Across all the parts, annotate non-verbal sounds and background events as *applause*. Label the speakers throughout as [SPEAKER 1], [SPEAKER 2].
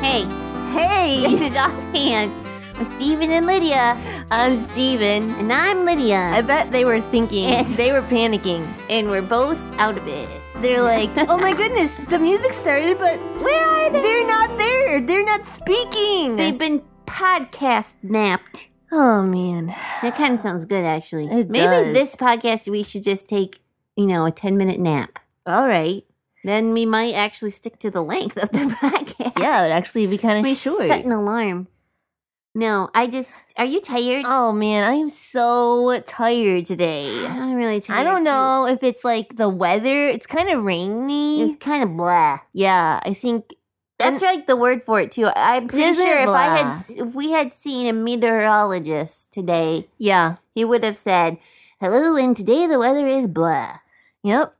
[SPEAKER 1] Hey, this
[SPEAKER 2] Hey,
[SPEAKER 1] is Offhand with Steven and Lydia.
[SPEAKER 2] I'm Steven.
[SPEAKER 1] And I'm Lydia.
[SPEAKER 2] I bet they were
[SPEAKER 1] *laughs*
[SPEAKER 2] thinking, they were panicking.
[SPEAKER 1] and we're both out of it.
[SPEAKER 2] *laughs* They're like, oh my goodness, the music started, but where are they? They're not there. They're not
[SPEAKER 1] They've
[SPEAKER 2] speaking.
[SPEAKER 1] been podcast napped.
[SPEAKER 2] Oh man.
[SPEAKER 1] That kind of sounds good, actually.
[SPEAKER 2] It
[SPEAKER 1] Maybe
[SPEAKER 2] does.
[SPEAKER 1] this podcast we should just take, you know, a 10 minute nap.
[SPEAKER 2] All right.
[SPEAKER 1] Then we might actually stick to the length of the *laughs* podcast.
[SPEAKER 2] Yeah, it'd actually be kind
[SPEAKER 1] we
[SPEAKER 2] of short.
[SPEAKER 1] set an alarm. No, I just. Are you tired?
[SPEAKER 2] Oh man, I am so tired today.
[SPEAKER 1] I'm really tired.
[SPEAKER 2] I don't
[SPEAKER 1] too.
[SPEAKER 2] know if it's like the weather. It's kind of rainy.
[SPEAKER 1] It's kind of blah.
[SPEAKER 2] yeah, I think
[SPEAKER 1] Mm. That's like the word for it too. I'm pretty
[SPEAKER 2] Isn't
[SPEAKER 1] sure
[SPEAKER 2] it
[SPEAKER 1] if I had
[SPEAKER 2] blah?
[SPEAKER 1] s- if we had seen a meteorologist today,
[SPEAKER 2] yeah.
[SPEAKER 1] he would have said, "Hello, and today the weather is blah."
[SPEAKER 2] Yep,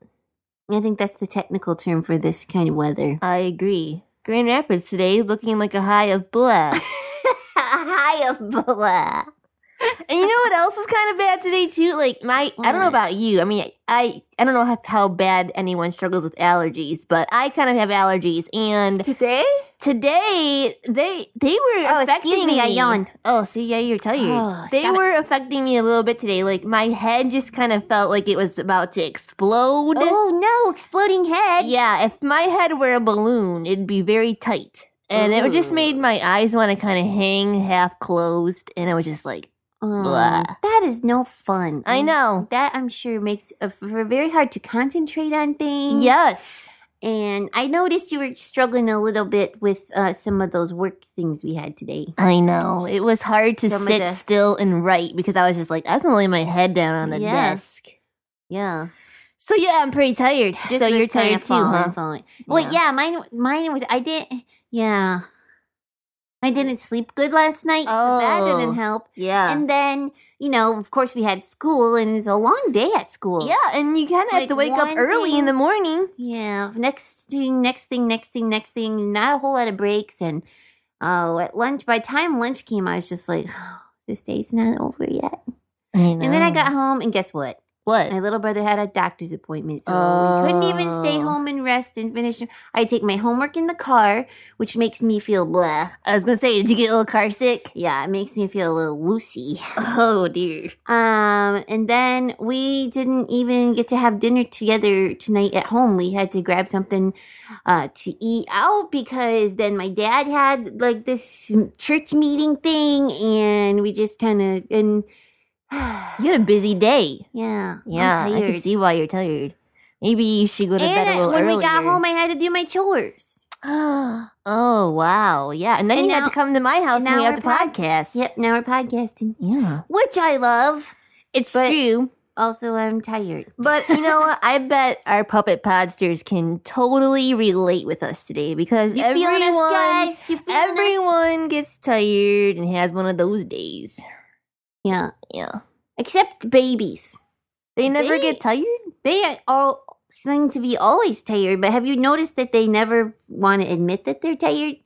[SPEAKER 1] I think that's the technical term for this kind of weather.
[SPEAKER 2] I agree. Grand Rapids today is looking like a high of *laughs* blah.
[SPEAKER 1] High of blah.
[SPEAKER 2] And you know what else is kind of bad today too? Like my, I don't know
[SPEAKER 1] What?
[SPEAKER 2] about you. I mean, I I don't know how, how bad anyone struggles with allergies, but I kind of have allergies.
[SPEAKER 1] *laughs*
[SPEAKER 2] And
[SPEAKER 1] Today?
[SPEAKER 2] today they they were
[SPEAKER 1] Oh,
[SPEAKER 2] affecting
[SPEAKER 1] excuse me, I yawned.
[SPEAKER 2] Oh, see, yeah, you're tired.
[SPEAKER 1] Oh,
[SPEAKER 2] they
[SPEAKER 1] stop it.
[SPEAKER 2] were affecting me a little bit today. Like my head just kind of felt like it was about to explode.
[SPEAKER 1] Oh no, exploding head.
[SPEAKER 2] Yeah, if my head were a balloon, it'd be very tight. And it just
[SPEAKER 1] Ooh.
[SPEAKER 2] made my eyes want to kind of hang half closed. And I was just like,
[SPEAKER 1] Um,
[SPEAKER 2] Blah.
[SPEAKER 1] That is no fun. Mm.
[SPEAKER 2] I know.
[SPEAKER 1] That I'm sure makes it for very hard to concentrate on things.
[SPEAKER 2] Yes.
[SPEAKER 1] And I noticed you were struggling a little bit with uh, some of those work things we had today.
[SPEAKER 2] I know. It was hard to
[SPEAKER 1] Some of
[SPEAKER 2] sit
[SPEAKER 1] the-
[SPEAKER 2] still and write because I was just like, I was gonna lay my head down on the
[SPEAKER 1] Yeah.
[SPEAKER 2] desk.
[SPEAKER 1] Yeah.
[SPEAKER 2] So yeah, I'm pretty tired.
[SPEAKER 1] Just
[SPEAKER 2] so
[SPEAKER 1] was
[SPEAKER 2] you're
[SPEAKER 1] kinda
[SPEAKER 2] tired too,
[SPEAKER 1] falling,
[SPEAKER 2] huh?
[SPEAKER 1] falling. Well, yeah, mine mine was I did yeah. I didn't sleep good last night, so that
[SPEAKER 2] Oh.
[SPEAKER 1] didn't help.
[SPEAKER 2] Yeah.
[SPEAKER 1] And then, you know, of course we had school and it was a long day at school.
[SPEAKER 2] yeah, and you kind of have
[SPEAKER 1] Like
[SPEAKER 2] to wake up
[SPEAKER 1] one
[SPEAKER 2] early in
[SPEAKER 1] thing-
[SPEAKER 2] the morning.
[SPEAKER 1] Yeah. Next thing, next thing, next thing, next thing. Not a whole lot of breaks. And oh, at lunch, by the time lunch came, I was just like, *sighs* oh, this day's not over yet. And then I got home, and guess what?
[SPEAKER 2] what?
[SPEAKER 1] My little brother had a doctor's appointment, so we couldn't even stay
[SPEAKER 2] Oh.
[SPEAKER 1] home and rest and finish. I take my homework in the car, which makes me feel blah.
[SPEAKER 2] I was gonna say, did you get a little car sick?
[SPEAKER 1] Yeah, it makes me feel a little woosy.
[SPEAKER 2] *laughs* Oh dear.
[SPEAKER 1] Um, and then we didn't even get to have dinner together tonight at home. We had to grab something uh, to eat out because then my dad had like this church meeting thing, and we just kind of and *sighs*
[SPEAKER 2] You had a busy day.
[SPEAKER 1] yeah,
[SPEAKER 2] Yeah,
[SPEAKER 1] I'm
[SPEAKER 2] I can
[SPEAKER 1] tired.
[SPEAKER 2] see why you're tired. Maybe you should go to
[SPEAKER 1] and
[SPEAKER 2] bed a
[SPEAKER 1] I-
[SPEAKER 2] little
[SPEAKER 1] when
[SPEAKER 2] earlier.
[SPEAKER 1] we got
[SPEAKER 2] *gasps*
[SPEAKER 1] home, I had to do my chores.
[SPEAKER 2] oh wow, yeah. And then
[SPEAKER 1] And
[SPEAKER 2] you
[SPEAKER 1] now-
[SPEAKER 2] had to come to my house
[SPEAKER 1] and
[SPEAKER 2] and we
[SPEAKER 1] now
[SPEAKER 2] had to
[SPEAKER 1] we're pod-
[SPEAKER 2] podcast.
[SPEAKER 1] Yep, now we're podcasting,
[SPEAKER 2] Yeah,
[SPEAKER 1] which I love.
[SPEAKER 2] it's
[SPEAKER 1] But-
[SPEAKER 2] true.
[SPEAKER 1] Also, I'm tired.
[SPEAKER 2] But you know what? I bet our puppet podsters can totally relate with us today because
[SPEAKER 1] You
[SPEAKER 2] everyone,
[SPEAKER 1] feeling us, guys? You feeling us?
[SPEAKER 2] everyone gets tired and has one of those days.
[SPEAKER 1] Yeah,
[SPEAKER 2] Yeah,
[SPEAKER 1] except babies.
[SPEAKER 2] they never
[SPEAKER 1] They-
[SPEAKER 2] get tired. *laughs*
[SPEAKER 1] They all seem to be always tired, but have you noticed that they never want to admit that they're tired?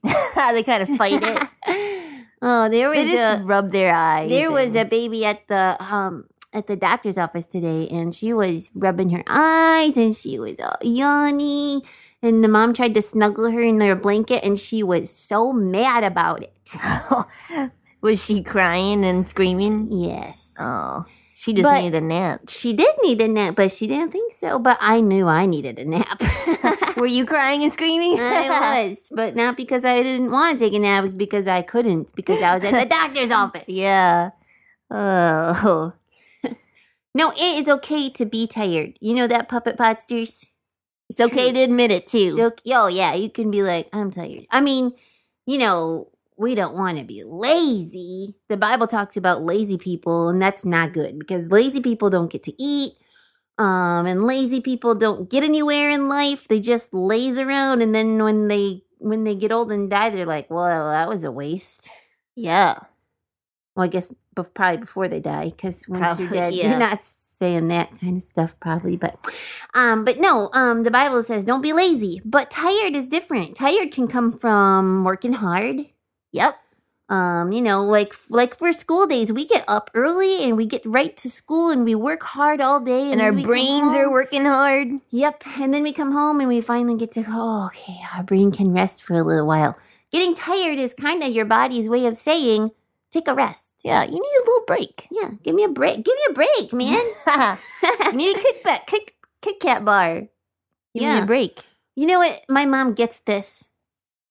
[SPEAKER 2] they kind of
[SPEAKER 1] *laughs*
[SPEAKER 2] fight it.
[SPEAKER 1] oh, there was
[SPEAKER 2] they just
[SPEAKER 1] a,
[SPEAKER 2] rub their eyes.
[SPEAKER 1] there was a
[SPEAKER 2] and-
[SPEAKER 1] baby at the um at the doctor's office today, and she was rubbing her eyes, and she was all yawny. And the mom tried to snuggle her in their blanket, and she was so mad about it.
[SPEAKER 2] *laughs* was she crying and screaming?
[SPEAKER 1] Yes.
[SPEAKER 2] Oh, she just
[SPEAKER 1] But-
[SPEAKER 2] needed a nap.
[SPEAKER 1] Um, She did need a nap, but she didn't think so. But I knew I needed a nap.
[SPEAKER 2] *laughs* Were you crying and *laughs*
[SPEAKER 1] *laughs*
[SPEAKER 2] screaming?
[SPEAKER 1] I was, but not because I didn't want to take a nap. It was because I couldn't, because I was *laughs*
[SPEAKER 2] *laughs*
[SPEAKER 1] at the doctor's office.
[SPEAKER 2] yeah. Oh.
[SPEAKER 1] No, it is okay to be tired. You know that, Puppet Podsters?
[SPEAKER 2] It's okay to admit it too.
[SPEAKER 1] It's okay. Oh, yeah, you can be like, I'm tired. I mean, you know, we don't want to be lazy. The Bible talks about lazy people, and that's not good because lazy people don't get to eat. Um, and lazy people don't get anywhere in life. They just laze around, and then when they when they get old and die, they're like, "Well, that was a waste."
[SPEAKER 2] yeah.
[SPEAKER 1] Well, I guess bef- probably before they die, because once you're
[SPEAKER 2] Probably,
[SPEAKER 1] dead,
[SPEAKER 2] yeah.
[SPEAKER 1] you're not saying that kind of stuff, probably. But, um, but no, um, the Bible says don't be lazy. But tired is different. Tired can come from working hard.
[SPEAKER 2] Yep.
[SPEAKER 1] Um, you know, like like for school days, we get up early and we get right to school and we work hard all day,
[SPEAKER 2] and our
[SPEAKER 1] then we come
[SPEAKER 2] brains are
[SPEAKER 1] home.
[SPEAKER 2] working hard.
[SPEAKER 1] Yep, and then we come home and we finally get to oh, okay, our brain can rest for a little while. Getting tired is kind of your body's way of saying, take a rest.
[SPEAKER 2] Yeah, you need a little break.
[SPEAKER 1] Yeah, give me a break. Give me a break, man.
[SPEAKER 2] *laughs* you need a kickback, kick, Kit Kat bar. You need
[SPEAKER 1] Yeah.
[SPEAKER 2] a break.
[SPEAKER 1] you know what? My mom gets this.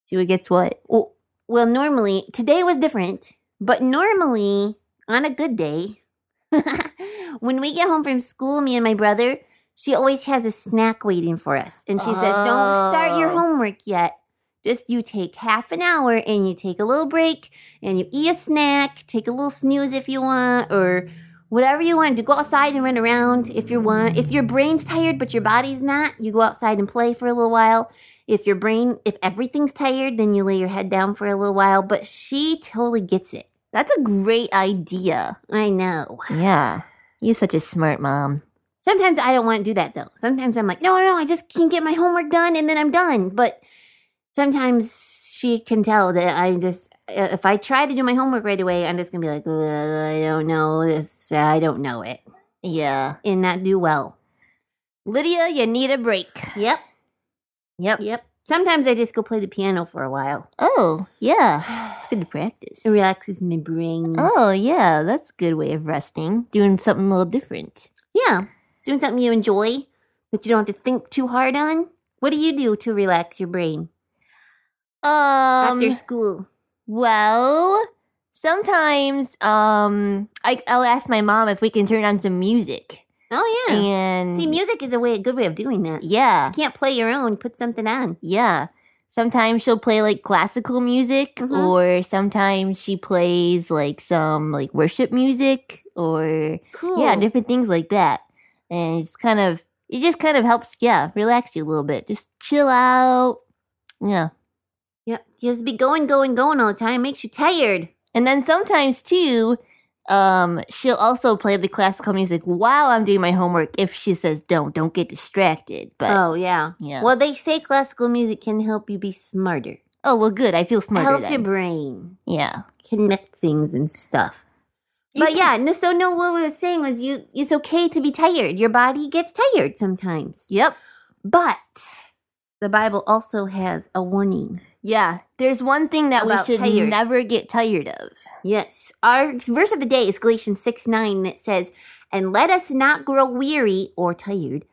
[SPEAKER 2] See what gets what.
[SPEAKER 1] Well, well, normally, today was different, but normally, on a good day, *laughs* when we get home from school, me and my brother, she always has a snack waiting for us. And she says, Don't start your
[SPEAKER 2] Oh.
[SPEAKER 1] homework yet. Just you take half an hour and you take a little break and you eat a snack, take a little snooze if you want, or whatever you want to do. Go outside and run around if you want. If your brain's tired but your body's not, you go outside and play for a little while. If your brain, if everything's tired, then you lay your head down for a little while. But she totally gets it.
[SPEAKER 2] That's a great idea.
[SPEAKER 1] I know.
[SPEAKER 2] Yeah. You're such a smart mom.
[SPEAKER 1] Sometimes I don't want to do that though. Sometimes I'm like, no, no, I just can't get my homework done and then I'm done. But sometimes she can tell that I'm just, uh, if I try to do my homework right away, I'm just going to be like, "Ugh, I don't know this. uh, I don't know it
[SPEAKER 2] Yeah.
[SPEAKER 1] and not do well.
[SPEAKER 2] Lydia, you need a break.
[SPEAKER 1] Yep.
[SPEAKER 2] Yep.
[SPEAKER 1] Yep. Sometimes I just go play the piano for a while.
[SPEAKER 2] Oh, yeah.
[SPEAKER 1] It
[SPEAKER 2] *sighs* It's good to practice.
[SPEAKER 1] relaxes my brain.
[SPEAKER 2] Oh, yeah. That's a good way of resting. Doing something a little different.
[SPEAKER 1] Yeah. Doing something you enjoy, but you don't have to think too hard on. What do you do to relax your brain
[SPEAKER 2] Um,
[SPEAKER 1] after school?
[SPEAKER 2] well, sometimes um, I, I'll ask my mom if we can turn on some music.
[SPEAKER 1] Oh, yeah.
[SPEAKER 2] And
[SPEAKER 1] See, music is a way, a good way of doing that. You
[SPEAKER 2] yeah,
[SPEAKER 1] can't play your own. Put something on.
[SPEAKER 2] yeah. Sometimes she'll play like classical music,
[SPEAKER 1] Mhm.
[SPEAKER 2] or sometimes she plays like some like worship music, or
[SPEAKER 1] Cool.
[SPEAKER 2] yeah, different things like that. And it's kind of it just kind of helps, yeah, relax you a little bit. Just chill out. Yeah.
[SPEAKER 1] yep. You have to be going, going, going all the time. Makes you tired.
[SPEAKER 2] And then sometimes too, um, she'll also play the classical music while I'm doing my homework if she says don't, don't get distracted. But
[SPEAKER 1] oh yeah.
[SPEAKER 2] yeah.
[SPEAKER 1] Well, they say classical music can help you be smarter.
[SPEAKER 2] oh well good, I feel
[SPEAKER 1] It
[SPEAKER 2] smarter.
[SPEAKER 1] helps
[SPEAKER 2] then.
[SPEAKER 1] your brain
[SPEAKER 2] yeah.
[SPEAKER 1] connect things and stuff.
[SPEAKER 2] You
[SPEAKER 1] but yeah, no. So no, what we was saying was you. It's okay to be tired. Your body gets tired sometimes.
[SPEAKER 2] Yep.
[SPEAKER 1] But the Bible also has a warning.
[SPEAKER 2] Yeah. There's one thing that
[SPEAKER 1] About
[SPEAKER 2] we should
[SPEAKER 1] tired.
[SPEAKER 2] never get tired of.
[SPEAKER 1] Yes. Our verse of the day is Galatians 6 9, and it says, And let us not grow weary or tired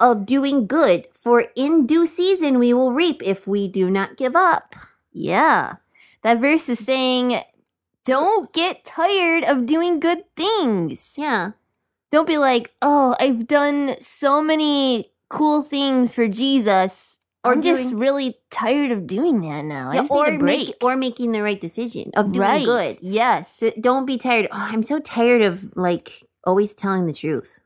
[SPEAKER 1] of doing good, for in due season we will reap if we do not give up.
[SPEAKER 2] Yeah. That verse is saying don't get tired of doing good things.
[SPEAKER 1] Yeah.
[SPEAKER 2] Don't be like, oh, I've done so many cool things for Jesus.
[SPEAKER 1] Or
[SPEAKER 2] I'm just
[SPEAKER 1] doing-
[SPEAKER 2] really tired of doing that now. I
[SPEAKER 1] Yeah,
[SPEAKER 2] just
[SPEAKER 1] or,
[SPEAKER 2] need a break.
[SPEAKER 1] make- or making the right decision of doing
[SPEAKER 2] right.
[SPEAKER 1] good.
[SPEAKER 2] Yes.
[SPEAKER 1] So don't be tired. Oh, I'm so tired of like always telling the truth.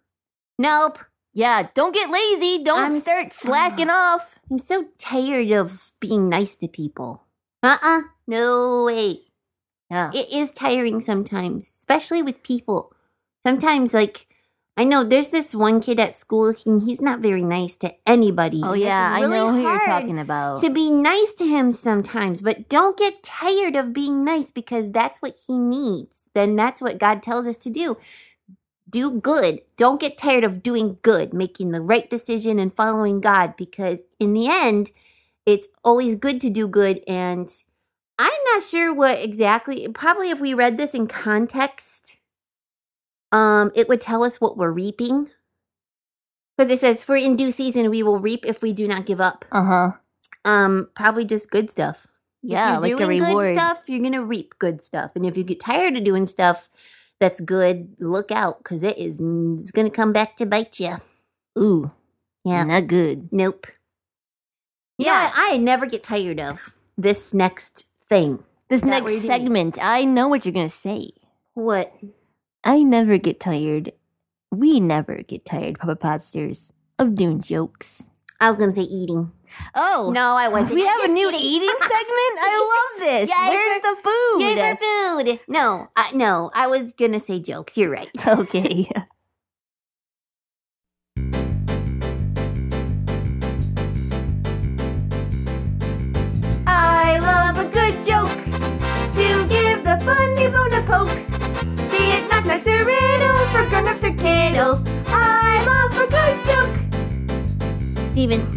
[SPEAKER 1] Nope.
[SPEAKER 2] Yeah. Don't get lazy. Don't
[SPEAKER 1] I'm
[SPEAKER 2] start
[SPEAKER 1] so-
[SPEAKER 2] slacking off.
[SPEAKER 1] I'm so tired of being nice to people. Uh uh No way.
[SPEAKER 2] Yeah.
[SPEAKER 1] it is tiring sometimes, especially with people. Sometimes, like, I know there's this one kid at school, and he's not very nice to anybody.
[SPEAKER 2] oh
[SPEAKER 1] It's
[SPEAKER 2] yeah, I
[SPEAKER 1] really
[SPEAKER 2] know who you're
[SPEAKER 1] hard
[SPEAKER 2] talking about.
[SPEAKER 1] To be nice to him sometimes, but don't get tired of being nice because that's what he needs. Then that's what God tells us to do. Do good. Don't get tired of doing good, making the right decision and following God because in the end, it's always good to do good and I'm not sure what exactly. Probably if we read this in context, um, it would tell us what we're reaping. Because it says, "For in due season we will reap if we do not give up."
[SPEAKER 2] uh huh.
[SPEAKER 1] Um, probably just good stuff. If
[SPEAKER 2] Yeah,
[SPEAKER 1] you're
[SPEAKER 2] like a
[SPEAKER 1] doing
[SPEAKER 2] reward.
[SPEAKER 1] good stuff, you're gonna reap good stuff. And if you get tired of doing stuff that's good, look out because it is it's gonna come back to bite you.
[SPEAKER 2] Ooh.
[SPEAKER 1] Yeah.
[SPEAKER 2] Not good.
[SPEAKER 1] Nope.
[SPEAKER 2] Yeah.
[SPEAKER 1] I, I never get tired of this next thing.
[SPEAKER 2] This
[SPEAKER 1] that
[SPEAKER 2] next
[SPEAKER 1] we're doing.
[SPEAKER 2] segment, I know what you're gonna say.
[SPEAKER 1] What?
[SPEAKER 2] I never get tired. We never get tired, Papa Podsters, of doing jokes.
[SPEAKER 1] I was gonna say eating.
[SPEAKER 2] Oh,
[SPEAKER 1] No, I *laughs* wasn't.
[SPEAKER 2] we have a
[SPEAKER 1] Just
[SPEAKER 2] new
[SPEAKER 1] kidding.
[SPEAKER 2] *laughs*
[SPEAKER 1] *laughs*
[SPEAKER 2] eating segment. I love this.
[SPEAKER 1] Yay
[SPEAKER 2] Where's the food?
[SPEAKER 1] Yay for
[SPEAKER 2] *laughs*
[SPEAKER 1] food. No, I, no, I was gonna say jokes. You're *laughs* right.
[SPEAKER 2] okay. I love a good joke to give the funny bone a poke. Be it knock-knocks or riddles for grown-ups or kiddles. I love a good joke.
[SPEAKER 1] Steven,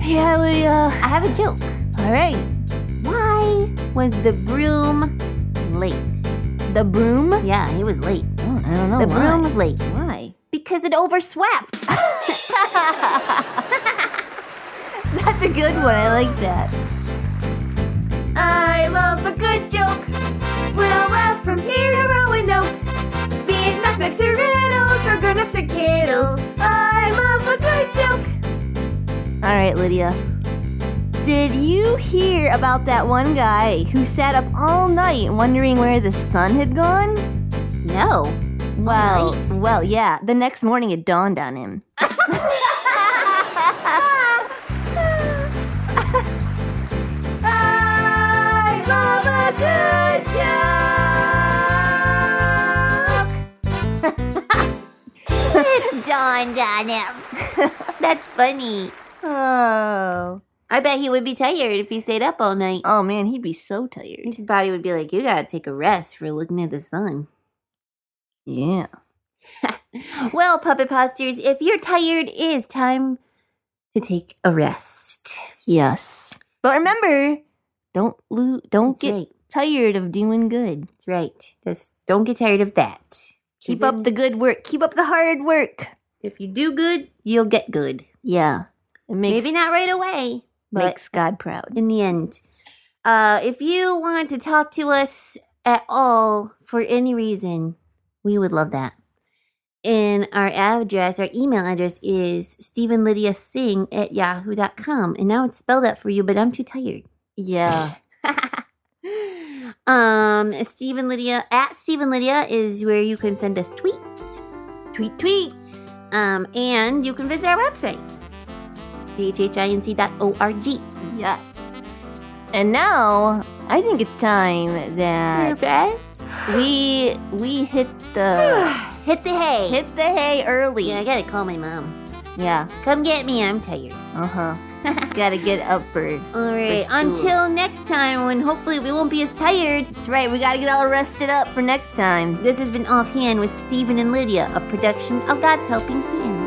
[SPEAKER 2] Hell yeah.
[SPEAKER 1] I have a joke.
[SPEAKER 2] All right.
[SPEAKER 1] Why was the broom late?
[SPEAKER 2] The broom?
[SPEAKER 1] Yeah, he was late.
[SPEAKER 2] Oh, I don't know.
[SPEAKER 1] The
[SPEAKER 2] why.
[SPEAKER 1] broom was late
[SPEAKER 2] Why? *laughs*
[SPEAKER 1] because it overswept.
[SPEAKER 2] That's a good one. I like that. I love a good joke. We'll laugh from here to Roanoke. Be it knockbacks or riddles for grown-ups or kiddles. I love a good joke.
[SPEAKER 1] All right, Lydia.
[SPEAKER 2] Did you hear about that one guy who sat up all night wondering where the sun had gone?
[SPEAKER 1] No.
[SPEAKER 2] Well,
[SPEAKER 1] night?
[SPEAKER 2] well, yeah. The next morning it dawned on him. I love a good joke.
[SPEAKER 1] It *laughs* dawned on him. *laughs* That's funny.
[SPEAKER 2] Oh,
[SPEAKER 1] I bet he would be tired if he stayed up all night.
[SPEAKER 2] oh man, he'd be so tired.
[SPEAKER 1] His body would be like, you gotta take a rest for looking at the sun.
[SPEAKER 2] Yeah.
[SPEAKER 1] Well, puppet postures, if you're tired, it is time to take a rest.
[SPEAKER 2] Yes. But remember, don't lose. Don't
[SPEAKER 1] That's
[SPEAKER 2] get
[SPEAKER 1] right.
[SPEAKER 2] tired of doing good.
[SPEAKER 1] That's right. Just don't get tired of that.
[SPEAKER 2] Keep up the good work. Keep up the hard work.
[SPEAKER 1] If you do good, you'll get good.
[SPEAKER 2] Yeah. It makes
[SPEAKER 1] Maybe not right away, but
[SPEAKER 2] makes God proud.
[SPEAKER 1] in the end. Uh, if you want to talk to us at all for any reason, we would love that. And our address, our email address is StephenLydiaSing at yahoo.com. And now it's spelled out for you, but I'm too tired.
[SPEAKER 2] Yeah.
[SPEAKER 1] um, Stephen Lydia at Stephen Lydia is where you can send us tweets. Tweet, tweet. Um, and you can visit our website, dhhinc.org.
[SPEAKER 2] yes. And now I think it's time that
[SPEAKER 1] Okay.
[SPEAKER 2] we we hit
[SPEAKER 1] *sighs*
[SPEAKER 2] the
[SPEAKER 1] uh, Hit the hay.
[SPEAKER 2] hit the hay early.
[SPEAKER 1] yeah, I gotta call my mom.
[SPEAKER 2] Yeah.
[SPEAKER 1] Come get me, I'm tired. *laughs*
[SPEAKER 2] Uh huh. Gotta get up first.
[SPEAKER 1] All right,
[SPEAKER 2] school.
[SPEAKER 1] until next time when hopefully we won't be as tired.
[SPEAKER 2] That's right. We gotta get all rested up for next time.
[SPEAKER 1] This has been Offhand with Stephen and Lydia, a production of God's Helping Hand.